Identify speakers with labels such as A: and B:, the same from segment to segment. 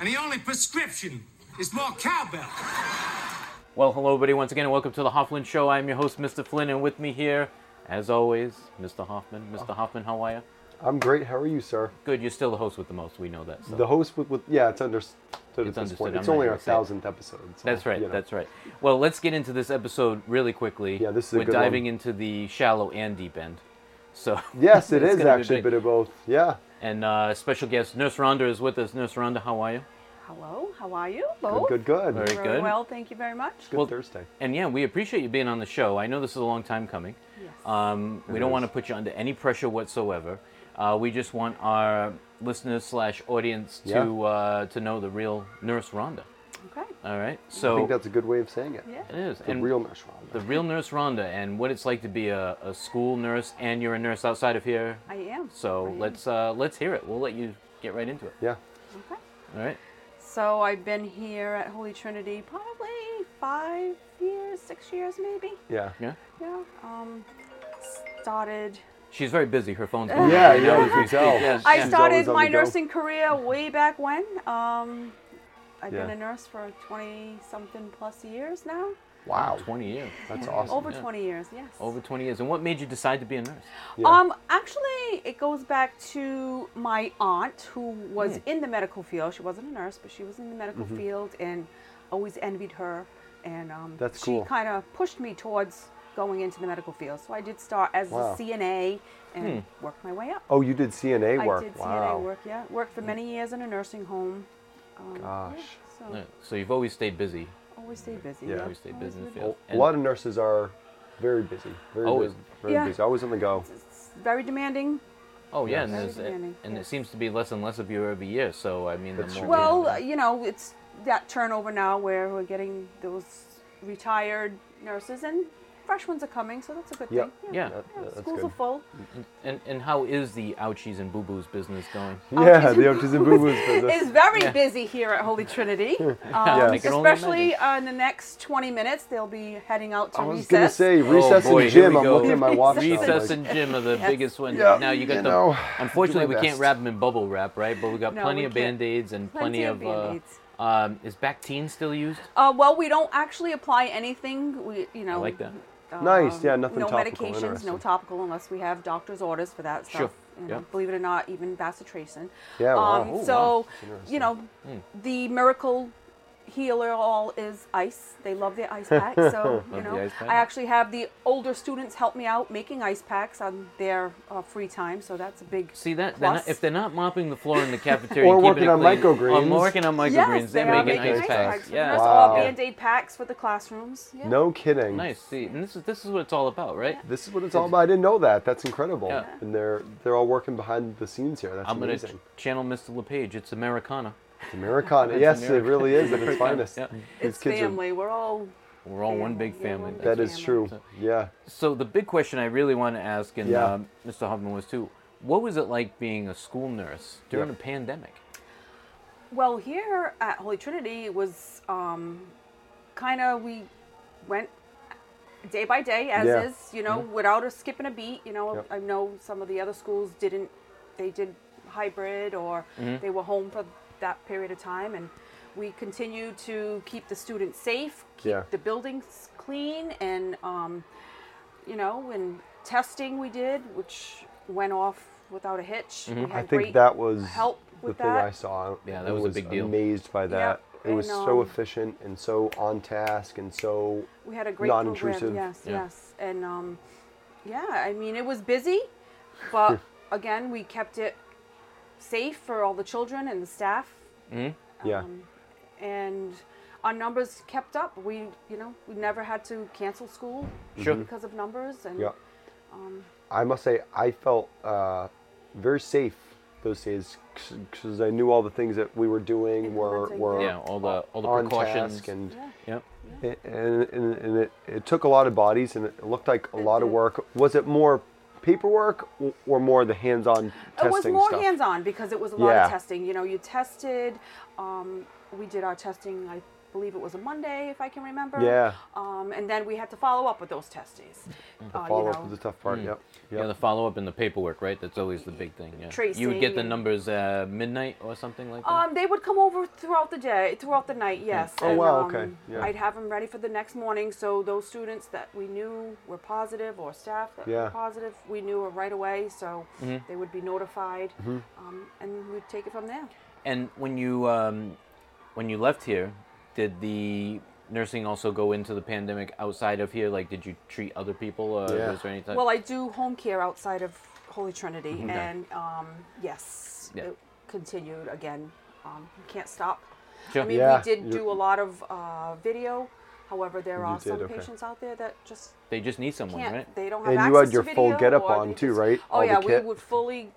A: and the only prescription is more cowbell.
B: Well, hello, everybody, once again, and welcome to the Hoffman Show. I'm your host, Mr. Flynn, and with me here, as always, Mr. Hoffman. Mr.
C: Oh.
B: Hoffman, how are you?
C: I'm great. How are you, sir?
B: Good, you're still the host with the most. We know that. So.
C: The host with, with yeah, it's understood at this
B: understood.
C: point.
B: I'm
C: It's
B: not
C: only
B: here
C: our
B: to say it.
C: thousandth episode. so,
B: That's right.
C: you know.
B: That's right. Well, let's get into this episode really quickly.
C: Yeah, this is a
B: We're
C: good
B: diving
C: one.
B: into the shallow and deep end. So
C: yes, it
B: it's
C: is
B: gonna be
C: actually a
B: big.
C: bit of both. Yeah,
B: And uh, special guest Nurse Rhonda is with us. Nurse Rhonda, how are you?
D: Hello, how are you both?
C: good, good,
B: Very
C: good.
D: Very
B: good.
D: well, thank you very much.
C: Good
B: Well-
C: Thursday.
B: And yeah, we appreciate you being on the show. I know this is a long time coming.
D: Yes.
B: Um, we
C: It
B: don't
C: is.
B: want to put you under any pressure whatsoever. Uh, we just want our listeners slash audience to
C: Yeah.
B: uh, to know the real Nurse Rhonda.
D: Okay.
B: All right.
C: I think
B: So
C: that's a good way of saying it.
D: Yeah.
B: it is.
C: The
B: oh. and
C: real nurse Rhonda.
B: the real Nurse Rhonda and what it's like to be a, a school nurse and you're a nurse outside of here.
D: I am.
B: So
D: I am.
B: let's uh, let's hear it. We'll let you get right into it.
C: yeah,
D: Okay.
B: All right.
D: So I've been here at Holy Trinity probably five years, six years maybe.
C: yeah,
B: Yeah.
D: Yeah. Um, started.
B: She's very busy. Her phone's
C: yeah.
B: going.
C: yeah you know, you can tell.
B: Yes.
C: She's
D: I
C: always
D: started
C: on
D: my
C: the go.
D: nursing career way back when. Um, I've been
C: Yeah.
D: a nurse for 20 something plus years now.
C: Wow,
B: Twenty years.
C: that's awesome.
D: Over
B: Yeah.
D: 20 years, yes.
B: Over twenty years. And what made you decide to be a nurse?
C: Yeah.
D: Um, actually, it goes back to my aunt who was
C: Mm-hmm.
D: in the medical field. She wasn't a nurse, but she was in the medical field, and always envied her. And um,
C: That's
D: she
C: cool.
D: kind of pushed me towards going into the medical field. So I did start as
C: Wow.
D: a CNA and worked my way up.
C: oh, you did CNA work.
D: I did
C: wow. Hmm.
D: CNA work. Yeah, worked for many years in a nursing home. Um,
C: Gosh.
D: so
B: Yeah. So you've always stayed busy.
D: always stay busy.
C: Yeah.
B: Always stay busy in the field.
D: would.
C: A lot of nurses are very busy. Very,
B: Always.
C: busy, very
D: Yeah.
C: busy. Always on the go.
D: It's very demanding.
B: Oh yeah,
C: Yes.
B: and,
C: Very
B: there's,
D: demanding,
B: and
D: yeah.
B: it seems to be less and less of you every year. So I mean,
C: That's
B: the
C: true.
B: more
D: Well, uh, you know, it's that turnover now where we're getting those retired nurses and fresh ones are coming, so that's a good
C: Yeah.
D: thing.
B: Yeah.
C: That- that's
D: schools
C: good.
D: are full.
B: and and how is the ouchies and boo boos business going?
C: Yeah, the Autism Boo Boos business.
D: It's very busy here at Holy Trinity. Um,
B: I can only
D: Especially uh, in the next 20 minutes, they'll be heading out to
C: I was
D: recess.
C: gonna say recess
B: oh, boy,
C: and
B: here
C: gym.
B: we
C: I'm
B: go.
C: looking at my watch. now, I'm
B: Recess
C: like,
B: and gym are the
D: Yes.
B: biggest one.
C: Yeah,
B: now you got
C: you
B: the.
C: know,
B: unfortunately,
C: do
B: we
C: my
B: can't
C: best.
B: wrap them in bubble wrap, right? But we got
D: No,
B: plenty
D: we
B: of
D: can't.
B: band aids and plenty,
D: Plenty of
B: of.
D: Band-Aids.
B: uh, um, is Bactine still used?
D: Uh, well, we don't actually apply anything. We, you know.
B: I like that.
D: uh,
C: Nice, yeah, nothing
D: No
C: topical,
D: medications, no
C: interesting.
D: topical unless we have doctor's orders for that stuff.
B: Sure,
D: you know,
B: yeah.
D: Believe it or not, even bacitracin.
C: Yeah, wow. Hmm.
D: Um,
C: Oh,
D: so,
C: wow.
D: you know, the miracle healer all is ice. They love their ice pack. So, you
B: Love the
D: know,
B: ice pack.
D: I actually have the older students help me out making ice packs on their uh, free time. So that's a big
B: See that? They're
D: plus.
B: not, if they're not mopping the floor in the cafeteria,
C: Or
B: and
C: working
B: keeping it
C: on
B: clean,
C: microgreens.
B: Or working on microgreens,
D: yes, they
B: they're
D: are
B: making
D: making
B: ice packs.
D: for the
B: Yeah.
D: nurse,
C: Wow.
D: or Band-Aid packs for the classrooms. Yeah.
C: No kidding.
B: Nice. See, and this is this is what it's all about, right?
C: This is what it's all about. I didn't know that. That's incredible.
B: Yeah.
C: And they're they're all working behind the scenes here. That's
B: I'm gonna
C: amazing.
B: ch- channel Mr. LePage. It's Americana.
C: It's Americana. Yes,
B: America.
C: it really is at its finest.
B: Yeah.
C: These
D: It's
C: kids are-
D: family. We're all
B: We're all one
D: Family,
B: big
D: yeah,
B: family.
D: one big
C: that is
D: Family.
C: true. Yeah.
B: So the big question I really want to ask, and
C: Yeah.
B: um, Mr. Hoffman was too, what was it like being a school nurse during
C: Yeah.
B: a pandemic?
D: Well, here at Holy Trinity it was um, kind of we went day by day as
C: Yeah. Mm-hmm.
D: is, you know, without a skip and a beat. You know,
C: Yep.
D: I know some of the other schools didn't; they did hybrid or
C: Mm-hmm.
D: they were home for that period of time, and we continued to keep the students safe, keep
C: Yeah.
D: the buildings clean, and um, you know, and testing we did, which went off without a hitch. We had
C: Mm-hmm. I think
D: great
C: that was
D: help
C: the
D: with
C: thing
D: that.
C: I saw.
B: Yeah, that
C: I
B: was a big deal.
C: Amazed by that. It was
D: and,
C: so
D: um,
C: efficient and so on task and so
D: We had a great
C: Non-intrusive.
D: program. Yes,
B: Yeah.
D: yes, and um, yeah. I mean, it was busy, but
C: Hmm.
D: again, we kept it safe for all the children and the staff,
C: yeah.
D: Um, and our numbers kept up. We, you know, we never had to cancel school
B: Sure.
D: because of numbers, and
C: Yeah.
D: um,
C: I must say, I felt uh, very safe those days because I knew all the things that we were doing were,
D: Implementing,
C: were
B: Yeah, all the all the
C: on
B: precautions.
C: task and
D: yeah.
B: Yep.
C: and, and, and it, it took a lot of bodies and it looked like a lot of
D: did.
C: work. Was it more paperwork or- or more the hands-on testing
D: it was more
C: stuff?
D: hands-on because it was a lot
C: Yeah.
D: of testing. You know, you tested. Um, we did our testing. I believe it was a Monday, if I can remember.
C: Yeah.
D: Um, and then we had to follow up with those test days. Uh, you
C: Follow up
D: know,
C: is the tough part.
B: Mm.
C: Yep.
B: Yeah,
C: yep.
B: the follow up and the paperwork, right? That's always the big thing. Yeah. You would
D: Tracing
B: get the
D: and-
B: numbers uh, midnight or something like that.
D: Um, they would come over throughout the day, throughout the night. Yes.
C: Oh,
D: and,
C: wow,
D: um,
C: okay, yeah.
D: I'd have them ready for the next morning, so those students that we knew were positive or staff that
C: Yeah.
D: were positive, we knew were right away, so
B: Mm-hmm.
D: they would be notified,
C: Mm-hmm.
D: um, and we'd take it from there.
B: and when you um, when you left here, did the nursing also go into the pandemic outside of here? Like, did you treat other people? Uh,
C: Yeah.
B: Was there any type?
D: Well, I do home care outside of Holy Trinity, and um, yes,
B: Mm-hmm. Yeah.
D: it continued again. Um, you can't stop.
B: Sure.
D: I mean,
C: Yeah,
D: we did
C: you-
D: do a lot of uh, video. However, there are
C: did,
D: some
C: okay.
D: patients out there that just
B: they just need someone,
D: can't.
B: right?
D: They don't have
C: And
D: access
C: you had
D: to
C: your full
D: video,
C: getup
D: or
C: on
D: they
C: too,
D: just-
C: right?
D: Oh
C: All the
D: yeah,
C: kit?
D: we would fully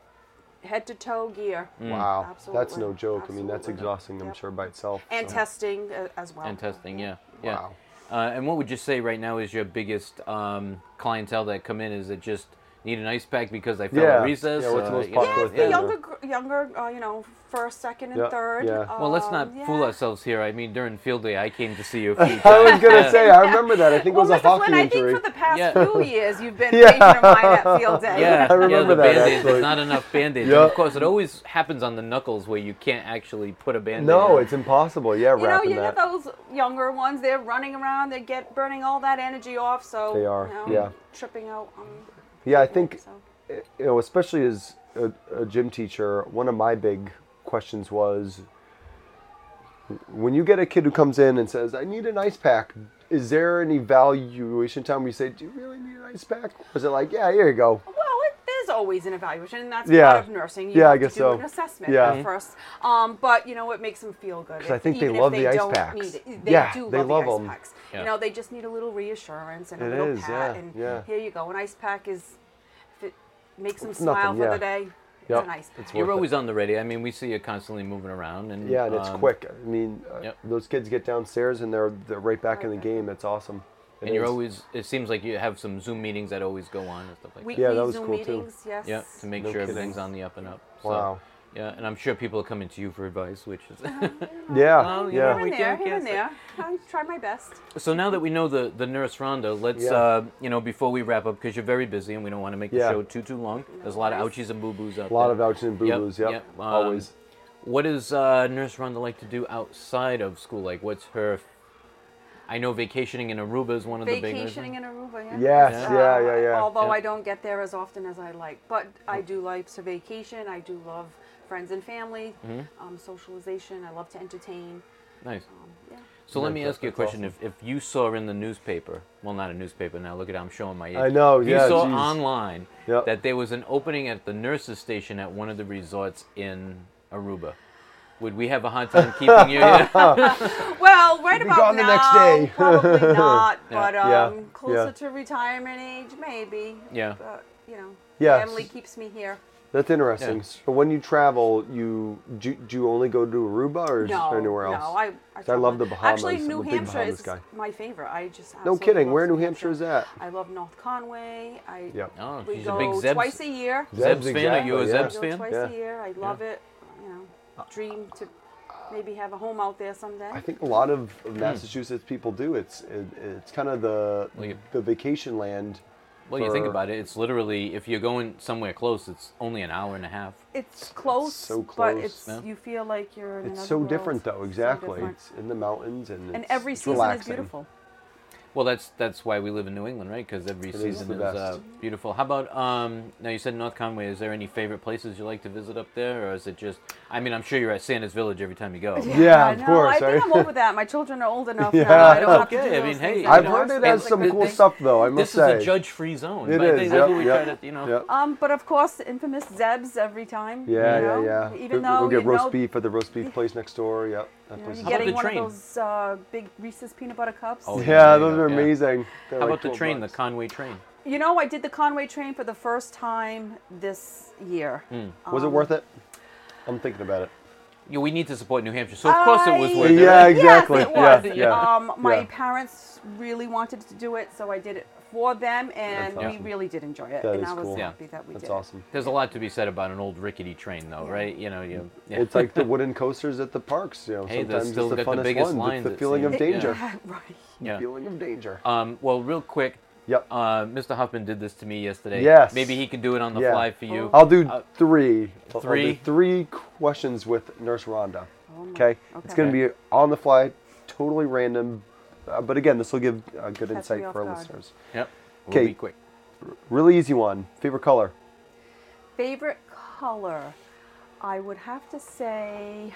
D: head to toe gear.
B: Mm.
C: Wow. That's no
D: Absolutely.
C: joke. I mean, that's
D: Absolutely.
C: exhausting, I'm
D: Yep.
C: sure, by itself.
D: And
C: so.
D: testing uh, as well.
B: And testing, yeah, yeah.
C: Wow.
B: Uh, and what would you say right now is your biggest um, clientele that come in? Is it just need an ice pack because they fell
C: Yeah.
B: at recess?
C: Yeah, what's the
B: uh,
C: most
B: you know?
D: Yeah, it's
C: popular
D: the
C: Yeah.
D: younger, gr- younger, uh, you know, first, second, and
C: Yeah,
D: third.
C: yeah.
B: Well, let's not
D: um, yeah.
B: fool ourselves here. I mean, during field day, I came to see you a few
C: I
B: times.
C: was gonna say, I remember that. I think
D: Well,
C: it was
D: Mr.
C: a hockey
D: Flynn, I
C: injury.
D: think for the past
B: Yeah.
D: few years you've been
C: Yeah.
D: a patient of mine at field day.
B: Yeah,
C: I remember
B: yeah, the
C: that,
B: band-aids. There's
C: actually.
B: not enough band-aids.
C: Yeah.
B: And of course, it always happens on the knuckles where you can't actually put a band-aid.
C: no,
B: on.
C: it's impossible. Yeah,
D: You know,
C: wrapping
D: you get
C: that.
D: those younger ones. They're running around. They get burning all that energy off. So
C: They are,
D: You know,
C: yeah.
D: Tripping out. Um,
C: Yeah, I think
D: so.
C: you know, especially as a, a gym teacher, one of my big questions was when you get a kid who comes in and says, "I need an ice pack." Is there an evaluation time where you say, "Do you really need an ice pack?" Or is it like, "Yeah, here you go."
D: Well, it, there's always an evaluation, and that's
C: Yeah.
D: part of nursing. You
C: Yeah, I
D: have
C: guess
D: to do
C: so.
D: an assessment
C: Yeah.
D: at first. Um, but you know, it makes them feel good. Because
C: I think they love the ice packs.
D: They
C: Yeah,
D: do
C: they love
D: love, the ice
C: 'em.
D: packs.
B: Yeah.
D: You know, they just need a little reassurance and a
C: It
D: little
C: is,
D: pat.
C: yeah,
D: and
C: yeah.
D: here you go. An ice pack is if it makes them
C: It's
D: smile
C: nothing,
D: for
C: yeah.
D: the day. It's
C: Yep,
D: an ice pack.
C: it's
B: You're
C: worth it.
B: always on the ready. I mean, we see you constantly moving around, and
C: Yeah, and it's
B: um,
C: quick. I mean, uh,
B: yep.
C: those kids get downstairs and they're they're right back in the game. That's awesome. It
B: And you're
C: is.
B: always. It seems like you have some Zoom meetings that always go on and stuff like
D: Weekly
B: that.
C: Yeah, that was
D: Zoom
C: cool, too.
D: meetings, yes.
B: Yeah, to make
C: No
B: sure
C: kidding.
B: everything's on the up and up. So,
C: Wow.
B: Yeah, and I'm sure people are coming to you for advice, which is.
C: yeah,
B: Oh, you
C: yeah.
B: know,
D: here
B: we
D: and there,
B: can't
D: here and there.
B: guess
D: I try my best.
B: So now that we know the, the nurse Rhonda, let's
C: Yeah.
B: uh, you know before we wrap up because you're very busy and we don't want to make the
C: Yeah.
B: show too too long. There's a lot of ouchies and boo boos out
C: a lot
B: there.
C: of ouches and boo
B: Yep,
C: boos. Yep,
B: yep, um,
C: always.
B: What does uh, nurse Rhonda like to do outside of school? Like, what's her? I know vacationing in Aruba is one of the big.
D: Vacationing in Aruba, yeah. Uh,
C: Yes, yeah, yeah, yeah.
D: Although
B: Yeah.
D: I don't get there as often as I like, but I do like to vacation. I do love friends and family,
B: Mm-hmm.
D: um, socialization. I love to entertain.
B: Nice.
D: Um, yeah.
B: So let me
C: That's-
B: ask you a
C: that's
B: question.
C: awesome.
B: If, if you saw in the newspaper, well, not a newspaper now. Look at I'm showing my age.
C: I know,
B: If
C: yeah,
B: You saw
C: jeez.
B: online
C: Yep.
B: that there was an opening at the nurses' station at one of the resorts in Aruba. Would we have a hard time keeping you here?
D: Well, right about
C: gone the
D: now,
C: next day.
D: probably not. But um,
C: Yeah,
D: closer
C: yeah.
D: to retirement age, maybe.
B: Yeah.
D: But you know,
C: Yes.
D: family keeps me here.
C: That's interesting.
B: Yeah.
C: So when you travel, you do, do you only go to Aruba or is
D: No,
C: there anywhere else?
D: no, I. I,
C: 'Cause I love
D: travel-
C: the Bahamas.
D: Actually,
C: I'm a
D: New
C: big
D: Hampshire
C: Bahamas
D: is
C: guy.
D: my favorite. I just
C: No
D: absolutely
C: kidding.
D: love
C: Where in New Hampshire is that?
D: I love North Conway. I
C: Yep.
B: Oh,
D: we
B: she's a
D: go
B: big Zeb's-
D: twice a year.
B: Zeb's
C: Zeb's
B: fan? Are you a
C: exactly, yeah.
B: Zeb's
D: go
B: fan?
D: twice
C: Yeah.
D: a year. I love it. You know, dream to maybe have a home out there someday.
C: I think a lot of
B: Hmm.
C: Massachusetts people do. It's it, it's kind of the
B: Well, you-
C: the vacation land.
B: Well, you think
C: for-
B: about it, it's literally if you're going somewhere close, it's only an hour and a half.
D: it's close,
C: so
D: but
C: close.
D: it's
B: Yeah.
D: you feel like you're in
C: It's
D: another
C: so
D: world.
C: different though.
D: So
C: Exactly.
D: different.
C: It's in the mounds and
D: and
C: it's-
D: every
C: it's
D: season is
C: relaxing.
D: beautiful.
B: Well, that's that's why we live in New England, right? Because every
C: is
B: season
C: the
B: is,
C: best.
B: uh, beautiful. How about um, now? You said North Conway. Is there any favorite places you like to visit up there, or is it just? I mean, I'm sure you're at Santa's Village every time you go.
C: Yeah,
D: I
C: of
D: know,
C: course.
D: I
C: right?
D: think I'm over that. My children are old enough now.
C: Yeah.
D: I don't have
B: Okay,
D: to do
B: I
D: those
B: mean, hey,
D: things
B: you
C: I've
B: know,
D: anymore.
C: heard
B: it's
C: it has
B: like
C: some
B: the
C: cool
B: thing-
C: stuff though. I must
B: This
C: say.
B: is a judge-free zone.
C: It
B: but I
C: is,
B: think
C: yep,
B: That's what we
C: yep,
B: try to, you know.
C: yep.
D: Um, but of course, the infamous Zebs every time.
C: Yeah,
D: you
C: yeah,
D: know?
C: yeah. Go- go
D: Even though
C: get
D: you
C: roast
D: know,
C: beef at the roast beef place next door. Yep, that
D: You
C: place.
D: are
C: is-
B: How about
D: getting
B: the
D: one
B: train?
D: of those uh, big Reese's peanut butter cups.
B: Oh,
C: yeah,
B: there you
C: those
B: go,
C: are
B: yeah.
C: amazing. They're
B: How
C: like
B: about the
C: 12
B: train,
C: bucks.
B: the Conway train?
D: You know, I did the Conway train for the first time this year.
B: Hmm.
D: Um,
C: Was it worth it? I'm thinking about it.
B: Yeah, we need to support New Hampshire, so of course it was
D: I-
B: worth it.
C: Oh, Yeah,
B: right?
D: Yes,
C: exactly.
D: it was.
C: Yeah, yeah,
D: Um, my
C: yeah.
D: parents really wanted to do it, so I did it for them, and
C: That's
D: we
C: awesome.
D: really did enjoy it.
C: That
D: and
C: is
D: I was
C: cool.
B: Yeah.
D: happy that we
C: That's
D: did. it.
C: awesome.
B: There's a lot to be said about an old rickety train, though, right? You know, you. Yeah.
C: It's like the wooden coasters at the parks. You know,
B: Hey, they'll
C: sometimes
B: still
C: it's the
B: get the
C: funnest
B: biggest
C: ones.
B: lines,
C: It's the
B: it
C: feeling of
B: seems. Yeah.
C: danger.
D: right.
B: yeah.
C: Feeling of danger.
B: Um, well, real quick,
C: Yep.
B: uh, Mr. Huffman did this to me yesterday.
C: Yes.
B: Maybe he can do it on the
C: Yeah. Oh.
B: fly for you. Uh,
C: I'll do three. I'll- I'll do
B: Three?
C: three questions with Nurse Rhonda.
D: Oh my-
C: okay.
D: okay.
C: It's going to be on the fly, totally random. Uh, but again, this will give a good
D: Catch
C: insight
D: me off
C: for our
D: guard.
C: listeners.
B: Yep. We'll
C: Okay.
B: be quick.
C: Really easy one. Favorite color?
D: Favorite color? I would have to say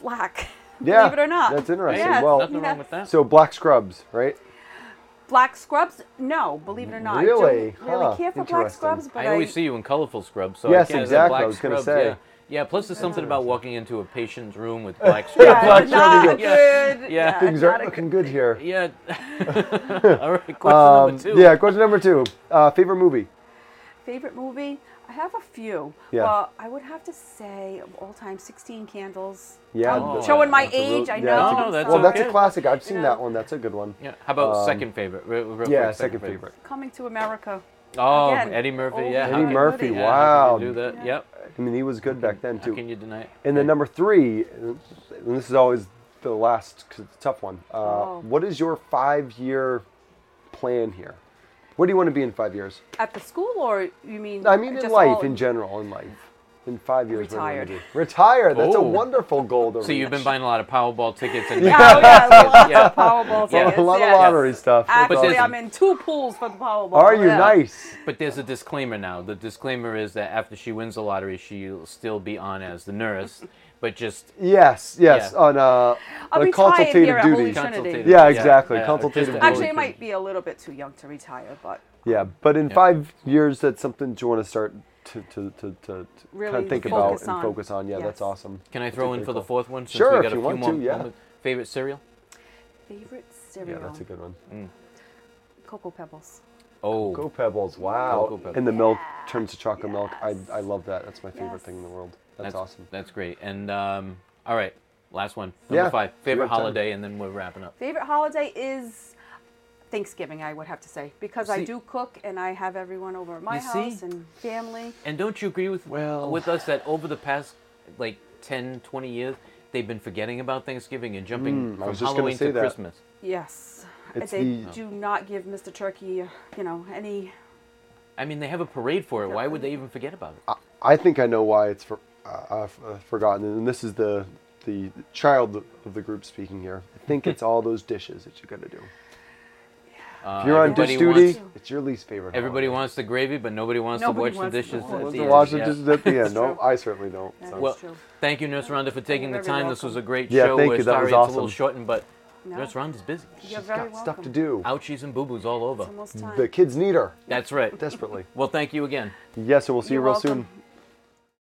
D: black.
C: Yeah,
D: Believe it or not.
C: that's interesting.
D: Yes,
C: Well-
B: Nothing
D: yes.
B: wrong with that.
C: So black scrubs, right?
D: Black scrubs? No, believe it or not.
C: Really?
D: I don't really
C: Huh,
D: care for black
C: interesting.
D: scrubs, but
B: I always see you in colorful scrubs. So
C: Yes,
B: I can't-
C: exactly,
B: black
C: I was gonna
B: scrubs,
C: say.
B: Yeah. yeah. Plus, there's something about walking into a patient's room with black scrubs.
D: Yeah,
C: black
D: not
C: scrubs.
D: good.
B: Yeah.
C: Things are
D: not a
C: looking good here.
B: Yeah. All right. Question
C: Um,
B: number two.
C: yeah, question number two. Uh, favorite movie?
D: Favorite movie? I have a few.
C: Yeah.
D: Well, I would have to say of all time, 16 Candles.
C: Yeah.
D: I'm
B: Oh,
D: showing my
C: that's a real-
D: age, I
C: yeah,
D: know.
C: that's a
B: No,
D: I'm
B: that's
D: sorry.
C: well, that's
B: okay.
C: a classic. I've seen
D: know.
C: that one. That's a good one.
B: Yeah. How about second favorite? Re- re-
C: um, Yeah,
B: quick,
C: second favorite.
D: Coming to America.
B: Oh,
D: Again,
B: Eddie Murphy.
D: old
B: Yeah.
D: Eddie
B: how could-
C: Murphy,
B: yeah,
C: wow.
B: How can you do that? Yep.
C: I mean, he was good back then
B: How
C: too.
B: can you deny it?
C: And then number three, and this is always the last 'cause it's a tough one. Uh,
D: Oh.
C: What is your five-year plan here? Where do you want to be in five years?
D: At the school, or you mean?
C: I mean, in
D: just
C: life,
D: all-
C: in general, in life. In five years, where do you wanna
D: Retired.
C: be? Retire. That's
B: Oh.
C: a wonderful goal to
B: So you've been
C: reach.
B: buying a lot of Powerball tickets and
D: Yeah, oh, yeah, lots
B: Yeah.
D: of Powerball
B: Yeah.
D: tickets.
C: a lot
D: yes.
C: of lottery stuff. That's
D: Actually,
B: there's-
D: I'm in two pools for the Powerball.
C: Are you
D: yeah.
C: nice?
B: But there's a disclaimer now. The disclaimer is that after she wins the lottery, she'll still be on as the nurse, but just
C: Yes, yes.
B: Yeah.
C: On uh, like
D: I'll be tired
C: consultative
D: here at Holy
C: duties.
D: Trinity.
B: consultative.
C: Yeah, exactly, consultative
B: just a-
C: Holy
D: Actually, I might be a little bit too young to retire, but
C: Yeah, but in five years, that's something that you want to start to to to, to, to kind
D: Really
C: of think about
D: focus
C: and
D: on.
C: focus on. Yeah, that's
D: Yes.
C: awesome.
B: Can I
C: That's
B: throw
C: a
B: in
C: good
B: for the
C: call.
B: fourth one? Since
C: Sure,
B: we
C: if
B: got a
C: you
B: few
C: want
B: more
C: to, yeah.
B: moments? Favorite cereal?
D: favorite cereal.
C: Yeah, that's a good one.
B: Mm.
D: Cocoa Pebbles.
B: Oh,
C: Cocoa Pebbles, wow!
B: Cocoa Pebbles.
C: And the milk turns to chocolate milk. I I love that. That's my favorite
D: Yes.
C: thing in the world. That's, awesome.
B: That's great. And um, all right, last one. Number
C: Yeah,
B: five.
C: we
B: Favorite
C: have time.
B: holiday, and then we're wrapping up.
D: Favorite holiday is Thanksgiving, I would have to say, because I
B: See-
D: do cook and I have everyone over at my
B: You see?
D: house and family.
B: And don't you agree with
C: Well-
B: with us that over the past like 10, 20 years, they've been forgetting about Thanksgiving and jumping
C: Mm, I
B: from
C: was just gonna
B: Halloween
C: say
B: to
C: that.
B: Christmas?
D: Yes.
C: It's
D: they
C: the-
D: do not give Mr. Turkey, you know, any.
B: I mean, they have a parade for it. Why would they even forget about it?
C: I think I know why it's for, uh, I've uh, forgotten, and this is the the child of the group speaking here. I think it's all those dishes that you got to do.
B: Uh,
C: If you're on
B: everybody
C: dish duty,
B: wants-
C: it's your least favorite.
B: Everybody
C: holiday.
B: wants the gravy, but nobody wants
D: Nobody
B: to wash
D: wants
B: the
D: to
B: dishes.
D: wash
B: at
D: the
B: the
C: Wants to
B: end.
C: wash the
B: Yeah.
C: dishes at the end. No,
D: true.
C: I certainly don't.
D: That
C: so.
D: is
B: Well,
D: true.
B: thank you, Nurse Rhonda, for taking the
D: very
B: time. This was a
D: welcome.
B: great
C: Yeah,
B: show.
C: thank
B: We're
C: you. That
B: sorry
C: was
B: It's a little
C: awesome.
B: shortened, but
D: No.
B: Nurse Rhonda's busy.
D: You're
C: She's
D: very
C: got stuff to
D: welcome.
C: do.
B: Ouchies and boo-boos all over.
D: Almost time.
C: The kids need her
B: That's right.
C: desperately.
B: Well, thank you again.
C: Yes, and we'll see you
D: You're
C: real
D: welcome.
C: soon.